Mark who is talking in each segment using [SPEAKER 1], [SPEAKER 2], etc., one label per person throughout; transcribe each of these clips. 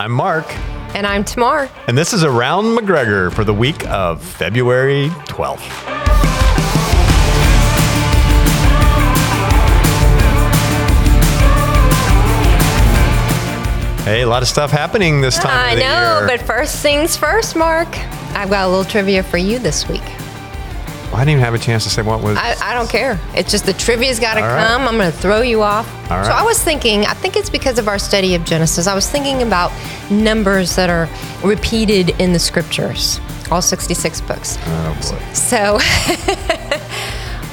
[SPEAKER 1] I'm Mark,
[SPEAKER 2] And I'm Tamar.
[SPEAKER 1] and this is Around McGregor for the week of February 12th. Hey, a lot of stuff happening this time
[SPEAKER 2] I
[SPEAKER 1] of the
[SPEAKER 2] know,
[SPEAKER 1] year.
[SPEAKER 2] but first things first, Mark. I've got a little trivia for you this week.
[SPEAKER 1] I didn't even have a chance to say what was.
[SPEAKER 2] I, I don't care. It's just the trivia's got to
[SPEAKER 1] All right.
[SPEAKER 2] come. I'm going to throw you off.
[SPEAKER 1] All
[SPEAKER 2] So
[SPEAKER 1] right.
[SPEAKER 2] I was thinking, I think it's because of our study of Genesis, I was thinking about numbers that are repeated in the scriptures, all 66 books.
[SPEAKER 1] oh boy.
[SPEAKER 2] So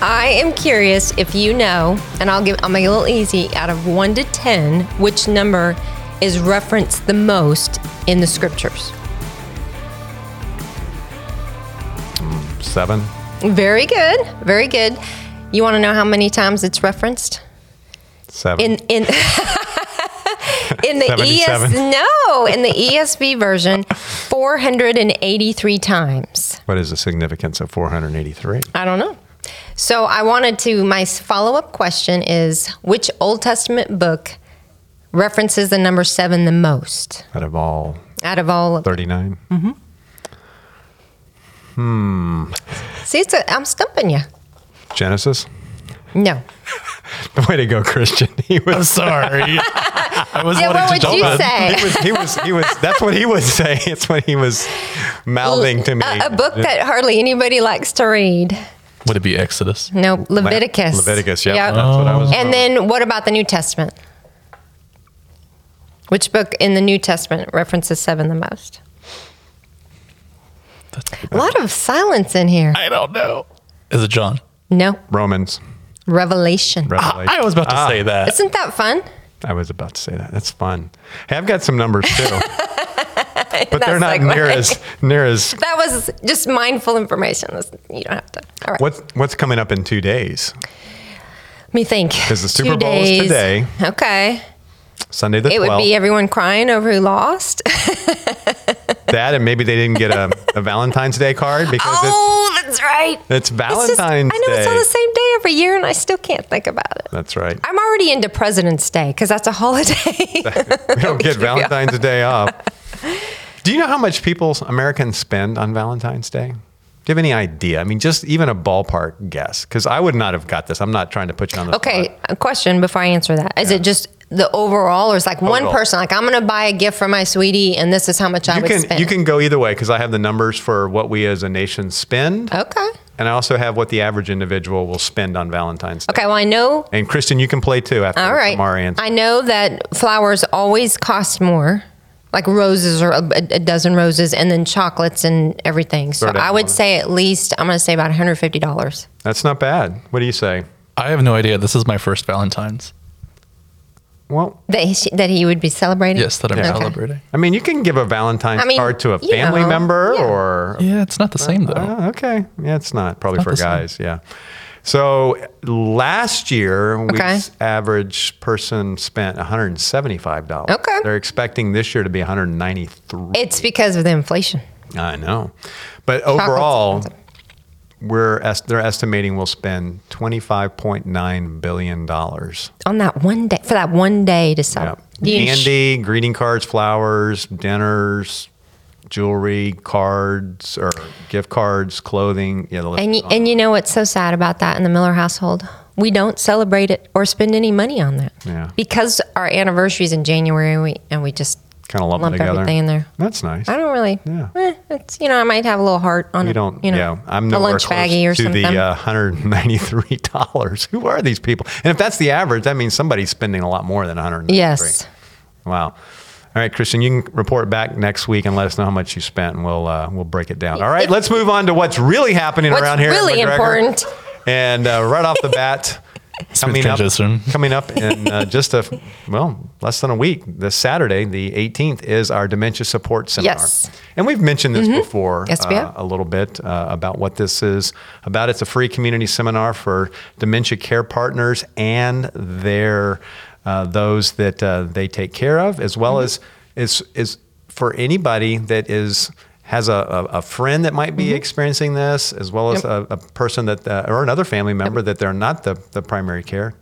[SPEAKER 2] I am curious if you know, and I'll give I'll make it a little easy, out of one to ten, which number is referenced the most in the scriptures.
[SPEAKER 1] Seven?
[SPEAKER 2] Very good. Very good. You want to know how many times it's referenced?
[SPEAKER 1] Seven.
[SPEAKER 2] In in in the ES
[SPEAKER 1] 77.
[SPEAKER 2] No, in the ESV version, 483 times.
[SPEAKER 1] what is the significance of 483?
[SPEAKER 2] I don't know. So I wanted to. My follow up question is which Old Testament book references the number seven the most
[SPEAKER 1] Out of all
[SPEAKER 2] out of all of
[SPEAKER 1] 39?
[SPEAKER 2] Mm-hmm. See, it's a, I'm stumping you.
[SPEAKER 1] Genesis?
[SPEAKER 2] No.
[SPEAKER 1] Way to go, Christian. He was
[SPEAKER 3] I'm sorry. I was
[SPEAKER 2] Yeah, what
[SPEAKER 3] wanting
[SPEAKER 2] would
[SPEAKER 3] to
[SPEAKER 2] you
[SPEAKER 3] jump in.
[SPEAKER 2] say?
[SPEAKER 1] he was he was he was that's what he was saying it's what he was mouthing to me
[SPEAKER 2] A, a book that hardly anybody likes to read.
[SPEAKER 3] Would it be Exodus?
[SPEAKER 2] No,
[SPEAKER 1] Le-
[SPEAKER 2] Leviticus.
[SPEAKER 1] leviticus Oh. yeah
[SPEAKER 2] Yep. Oh.
[SPEAKER 1] that's what i was
[SPEAKER 2] And then what about the New Testament? Which book in the New Testament references seven the most? A lot of silence in here.
[SPEAKER 3] I don't know. Is it John?
[SPEAKER 2] No,
[SPEAKER 1] romans
[SPEAKER 2] Revelation.
[SPEAKER 1] revelation
[SPEAKER 3] I was about to say that.
[SPEAKER 2] Isn't that fun?
[SPEAKER 1] i was about to say that that's fun hey i've got some numbers too but they're not
[SPEAKER 2] That's like
[SPEAKER 1] near
[SPEAKER 2] my-
[SPEAKER 1] as near as
[SPEAKER 2] That was just mindful information. That's- You don't have to. All right.
[SPEAKER 1] what's what's coming up in two days
[SPEAKER 2] Let me think. Because
[SPEAKER 1] the Super Bowl is today.
[SPEAKER 2] Okay.
[SPEAKER 1] sunday the
[SPEAKER 2] It would
[SPEAKER 1] 12th
[SPEAKER 2] be everyone crying over who lost.
[SPEAKER 1] that and maybe they didn't get a, a valentine's day card because
[SPEAKER 2] oh, that's right.
[SPEAKER 1] it's, it's
[SPEAKER 2] It's just-
[SPEAKER 1] valentine's
[SPEAKER 2] I know
[SPEAKER 1] day
[SPEAKER 2] it's on the same day every year, and I still can't think about it.
[SPEAKER 1] that's right
[SPEAKER 2] I'm already into President's Day because that's a holiday.
[SPEAKER 1] we don't get valentine's day off do you know how much people americans spend on valentine's day do you have any idea i mean just even a ballpark guess because i would not have got this i'm not trying to put you on the
[SPEAKER 2] okay,
[SPEAKER 1] spot.
[SPEAKER 2] a question before I answer that: Is it just the overall, or is like one
[SPEAKER 1] Overall.
[SPEAKER 2] person like I'm going to buy a gift for my sweetie, and this is how much I
[SPEAKER 1] you
[SPEAKER 2] would
[SPEAKER 1] can
[SPEAKER 2] spend?
[SPEAKER 1] you can go either way because i have the numbers for what we as a nation spend
[SPEAKER 2] Okay.
[SPEAKER 1] and i also have what the average individual will spend on valentine's day
[SPEAKER 2] Okay. Well, I know
[SPEAKER 1] and kristen you can play too after
[SPEAKER 2] All right.
[SPEAKER 1] tomorrow answer.
[SPEAKER 2] I know that flowers always cost more, like roses or a, a dozen roses, and then chocolates and everything. So
[SPEAKER 1] Throw down
[SPEAKER 2] I
[SPEAKER 1] on
[SPEAKER 2] would
[SPEAKER 1] it.
[SPEAKER 2] say at least I'm going to say about $150.
[SPEAKER 1] that's not bad what do you say
[SPEAKER 3] I have no idea. This is my first Valentine's.
[SPEAKER 1] well
[SPEAKER 2] That he, sh- that he would be celebrating.
[SPEAKER 3] Yes, that I'm
[SPEAKER 2] Okay.
[SPEAKER 3] celebrating.
[SPEAKER 1] i mean you can give a valentine's
[SPEAKER 2] I mean,
[SPEAKER 1] card to a
[SPEAKER 2] you
[SPEAKER 1] family
[SPEAKER 2] know,
[SPEAKER 1] member
[SPEAKER 2] yeah.
[SPEAKER 1] or
[SPEAKER 3] Yeah, it's not the same though.
[SPEAKER 1] Oh, okay. Yeah, it's not. Probably
[SPEAKER 3] not
[SPEAKER 1] for
[SPEAKER 3] the same.
[SPEAKER 1] guys. Yeah. So last year, we
[SPEAKER 2] Okay.
[SPEAKER 1] s- average person spent $175.
[SPEAKER 2] Okay.
[SPEAKER 1] They're expecting this year to be 193
[SPEAKER 2] It's because of the inflation.
[SPEAKER 1] I know. But
[SPEAKER 2] Chocolate's
[SPEAKER 1] overall,
[SPEAKER 2] expensive.
[SPEAKER 1] we're est- they're estimating we'll spend $25.9 billion.
[SPEAKER 2] On that one day, for that one day to
[SPEAKER 1] Yeah.
[SPEAKER 2] celebrate. Do you ins-
[SPEAKER 1] Candy, greeting cards, flowers, dinners, jewelry, cards, or gift cards, clothing. Yeah, the list
[SPEAKER 2] and,
[SPEAKER 1] goes
[SPEAKER 2] you,
[SPEAKER 1] on.
[SPEAKER 2] and you know what's so sad about that in the Miller household? We don't celebrate it or spend any money on that.
[SPEAKER 1] Yeah.
[SPEAKER 2] Because our anniversary's in January we, and we just
[SPEAKER 1] kind of lump,
[SPEAKER 2] lump
[SPEAKER 1] it together.
[SPEAKER 2] everything in there.
[SPEAKER 1] That's nice.
[SPEAKER 2] I don't really.
[SPEAKER 1] Yeah.
[SPEAKER 2] eh, it's you know I might have a little heart on
[SPEAKER 1] You
[SPEAKER 2] it.
[SPEAKER 1] don't.
[SPEAKER 2] You know,
[SPEAKER 1] yeah, I'm
[SPEAKER 2] a
[SPEAKER 1] nowhere
[SPEAKER 2] lunch
[SPEAKER 1] close
[SPEAKER 2] baggie or
[SPEAKER 1] to
[SPEAKER 2] something.
[SPEAKER 1] the uh, 193 dollars. Who are these people? And if that's the average, that means somebody's spending a lot more than 193.
[SPEAKER 2] yes.
[SPEAKER 1] Wow. All right, Christian, you can report back next week and let us know how much you spent, and we'll uh, we'll break it down. All right, let's move on to what's really happening
[SPEAKER 2] What's
[SPEAKER 1] around here. at
[SPEAKER 2] really
[SPEAKER 1] McGregor.
[SPEAKER 2] important.
[SPEAKER 1] And uh, right off the bat, coming up,
[SPEAKER 3] transition.
[SPEAKER 1] coming up in uh, just a well less than a week. This Saturday, the 18th, is our dementia support seminar.
[SPEAKER 2] Yes.
[SPEAKER 1] And we've mentioned this before
[SPEAKER 2] Mm-hmm. Yes, we
[SPEAKER 1] uh,
[SPEAKER 2] have.
[SPEAKER 1] a little bit uh, about what this is about. It's a free community seminar for dementia care partners and their uh, those that uh, they take care of, as well
[SPEAKER 2] Mm-hmm.
[SPEAKER 1] as is is for anybody that is has a, a, a friend that might
[SPEAKER 2] Mm-hmm.
[SPEAKER 1] be experiencing this, as well as a, a person that uh, or another family member that they're not the, the primary care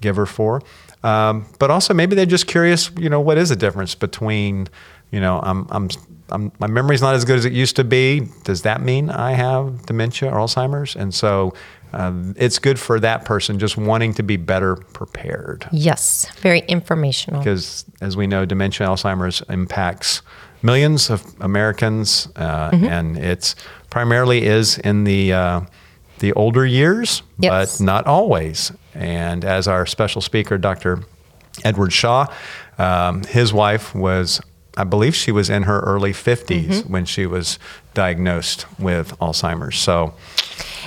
[SPEAKER 1] giver for. Um, but also maybe they're just curious, you know, what is the difference between you know, I'm, I'm, I'm, my memory's not as good as it used to be. Does that mean I have dementia or Alzheimer's? And so um, it's good for that person just wanting to be better prepared.
[SPEAKER 2] Yes, very informational.
[SPEAKER 1] Because as we know, dementia, Alzheimer's impacts millions of Americans, uh,
[SPEAKER 2] Mm-hmm.
[SPEAKER 1] and it's primarily is in the uh, the older years,
[SPEAKER 2] Yes.
[SPEAKER 1] but not always. And as our special speaker, Dr. Edward Shaw, um, his wife was, I believe, she was in her early 50s
[SPEAKER 2] Mm-hmm.
[SPEAKER 1] when she was diagnosed with Alzheimer's. So,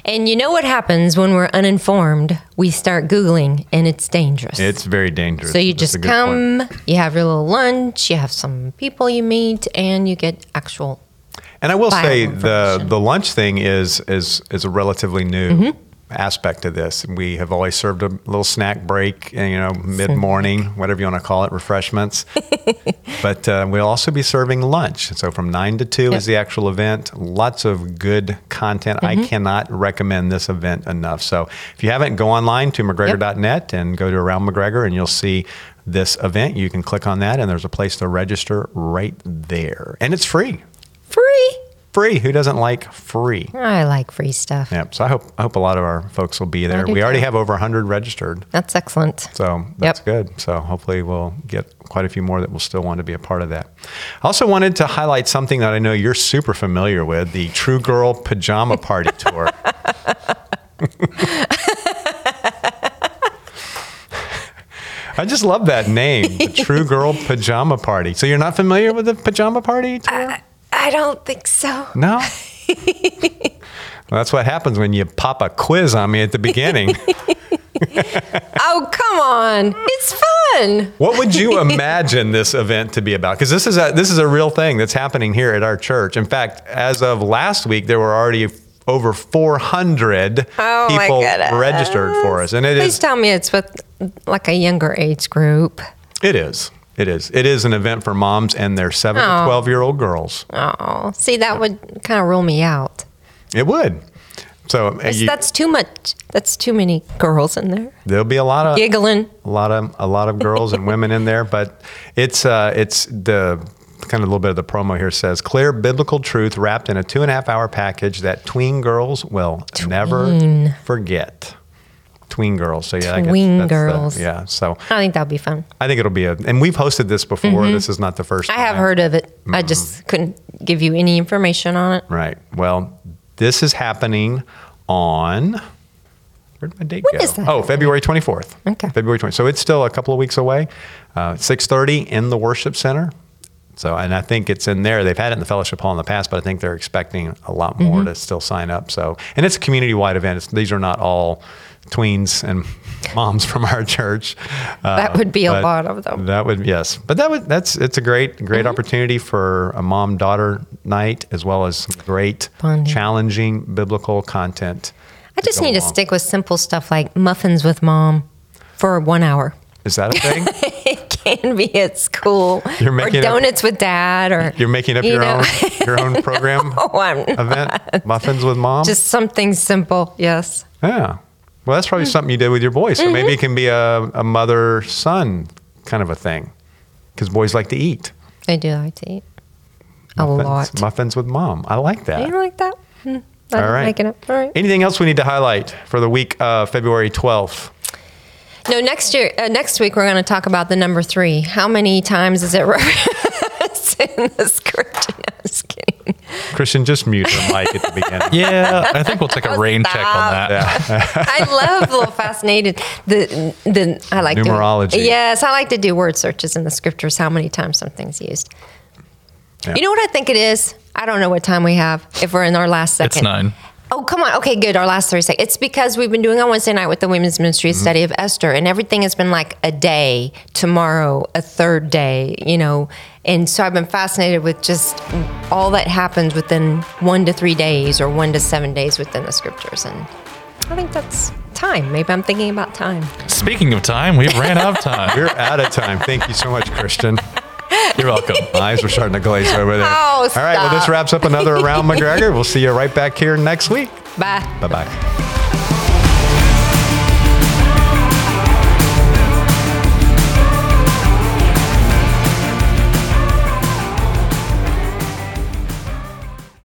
[SPEAKER 2] And you know what happens when we're uninformed? We start Googling and it's dangerous.
[SPEAKER 1] It's very dangerous.
[SPEAKER 2] so you
[SPEAKER 1] That's a
[SPEAKER 2] just
[SPEAKER 1] good point.
[SPEAKER 2] come, you have your little lunch, you have some people you meet, and you get actual.
[SPEAKER 1] And I will
[SPEAKER 2] vital
[SPEAKER 1] say the
[SPEAKER 2] information.
[SPEAKER 1] the lunch thing is is is a relatively new aspect of this. We have always served a little snack break, you know, mid morning, whatever you want to call it, refreshments. but uh, we'll also be serving lunch. So from nine to two
[SPEAKER 2] Yep.
[SPEAKER 1] is the actual event. Lots of good content. I cannot recommend this event enough. So if you haven't, go online to mcgregor.net and go to around McGregor, and you'll see. This event, you can click on that, and there's a place to register right there. And it's free
[SPEAKER 2] Free!
[SPEAKER 1] free. Who doesn't like free?
[SPEAKER 2] I like free stuff.
[SPEAKER 1] Yep. So I hope I hope a lot of our folks will be there.
[SPEAKER 2] do
[SPEAKER 1] We already
[SPEAKER 2] too.
[SPEAKER 1] have over 100 registered,
[SPEAKER 2] That's excellent.
[SPEAKER 1] so that's
[SPEAKER 2] Yep.
[SPEAKER 1] good. So hopefully we'll get quite a few more that will still want to be a part of that. I also wanted to highlight something that I know you're super familiar with: the True Girl Pajama Party Tour. I just love that name, the True Girl Pajama Party. So you're not familiar with the Pajama Party tour?
[SPEAKER 2] I don't think so.
[SPEAKER 1] No. well, that's what happens when you pop a quiz on me at the beginning.
[SPEAKER 2] Oh, come on. It's fun.
[SPEAKER 1] what would you imagine this event to be about? Because this is a this is a real thing that's happening here at our church. In fact, as of last week, there were already over 400
[SPEAKER 2] Oh, my
[SPEAKER 1] people
[SPEAKER 2] goodness.
[SPEAKER 1] registered for us, and it
[SPEAKER 2] Please
[SPEAKER 1] is
[SPEAKER 2] tell me it's with like a younger age group.
[SPEAKER 1] it is it is it is an event for moms and their seven to
[SPEAKER 2] Oh.
[SPEAKER 1] twelve year old girls.
[SPEAKER 2] Oh, see, that would kind of rule me out.
[SPEAKER 1] It would. So uh, you-
[SPEAKER 2] that's too much. That's too many girls in there
[SPEAKER 1] there'll be a lot of
[SPEAKER 2] giggling.
[SPEAKER 1] a lot of a lot of girls and women in there, but it's uh, it's the kind of a little bit of the promo here says clear biblical truth wrapped in a two and a half hour package that tween girls will never forget. Tween girls, so yeah, I guess
[SPEAKER 2] Tween
[SPEAKER 1] the-
[SPEAKER 2] girls.
[SPEAKER 1] yeah. So
[SPEAKER 2] I think that'll be fun.
[SPEAKER 1] I think it'll be a, and we've hosted this before. This is not the first.
[SPEAKER 2] Mm-hmm. I have
[SPEAKER 1] time.
[SPEAKER 2] heard of it.
[SPEAKER 1] Mm.
[SPEAKER 2] I just couldn't give you any information on it.
[SPEAKER 1] Right. Well, this is happening on. Where'd my date go?
[SPEAKER 2] is that
[SPEAKER 1] Oh, February 24th.
[SPEAKER 2] Okay.
[SPEAKER 1] February 20th. So it's still a couple of weeks away. Uh, 6:30 in the worship center. So, and I think it's in there. They've had it in the fellowship hall in the past, but I think they're expecting a lot more
[SPEAKER 2] Mm-hmm.
[SPEAKER 1] to still sign up. So, and it's a community-wide event. It's, these are not all tweens and moms from our church. Uh,
[SPEAKER 2] That would be a
[SPEAKER 1] but
[SPEAKER 2] lot of them.
[SPEAKER 1] That would yes, but that would that's it's a great great
[SPEAKER 2] Mm-hmm.
[SPEAKER 1] opportunity for a mom daughter night as well as some great
[SPEAKER 2] Bonding.
[SPEAKER 1] challenging biblical content.
[SPEAKER 2] I just
[SPEAKER 1] go
[SPEAKER 2] need to
[SPEAKER 1] along.
[SPEAKER 2] stick with simple stuff like muffins with mom for one hour.
[SPEAKER 1] Is that a thing?
[SPEAKER 2] It can be at school
[SPEAKER 1] You're
[SPEAKER 2] or
[SPEAKER 1] making up-
[SPEAKER 2] donuts with dad or
[SPEAKER 1] You're making up
[SPEAKER 2] You
[SPEAKER 1] your
[SPEAKER 2] know.
[SPEAKER 1] own your own program
[SPEAKER 2] oh, I'm
[SPEAKER 1] event muffins with mom.
[SPEAKER 2] just something simple. Yes.
[SPEAKER 1] yeah. Well, that's
[SPEAKER 2] Mm.
[SPEAKER 1] probably something you did with your boy. So
[SPEAKER 2] Mm-hmm.
[SPEAKER 1] maybe it can be a, a mother son kind of a thing because boys like to eat.
[SPEAKER 2] I do like to eat a
[SPEAKER 1] Muffins-
[SPEAKER 2] lot.
[SPEAKER 1] Muffins with mom. I like that.
[SPEAKER 2] You don't like that? Hmm. I
[SPEAKER 1] All
[SPEAKER 2] don't
[SPEAKER 1] right.
[SPEAKER 2] like it. All right.
[SPEAKER 1] Anything else we need to highlight for the week of February 12th?
[SPEAKER 2] No, next year, uh, next week we're going to talk about the number three. How many times is it referenced in the script? No, I'm just kidding.
[SPEAKER 1] Christian, just mute her mic at the beginning.
[SPEAKER 3] Yeah, I think we'll take a rain check on that.
[SPEAKER 2] I love little fascinated. The the I like To,
[SPEAKER 1] Numerology.
[SPEAKER 2] yes, I like to do word searches in the scriptures. How many times something's used?
[SPEAKER 1] Yeah.
[SPEAKER 2] You know what I think it is. I don't know what time we have. If we're in our last second,
[SPEAKER 3] It's nine.
[SPEAKER 2] Oh, come on. Okay, good. Our last 30 seconds. It's because we've been doing on Wednesday night with the Women's Ministry
[SPEAKER 3] Mm-hmm.
[SPEAKER 2] study of Esther, and everything has been like a day, tomorrow, a third day, you know. And so I've been fascinated with just all that happens within one to three days or one to seven days within the scriptures. And I think that's time. Maybe I'm thinking about time.
[SPEAKER 3] Speaking of time, we've ran out of time.
[SPEAKER 1] We're out of time. Thank you so much, Christian.
[SPEAKER 3] You're welcome.
[SPEAKER 1] My eyes were starting to glaze over there.
[SPEAKER 2] Oh,
[SPEAKER 1] All right. Well, this
[SPEAKER 2] stop.
[SPEAKER 1] wraps up another Around McGregor. We'll see you right back here next week.
[SPEAKER 2] Bye.
[SPEAKER 1] Bye bye.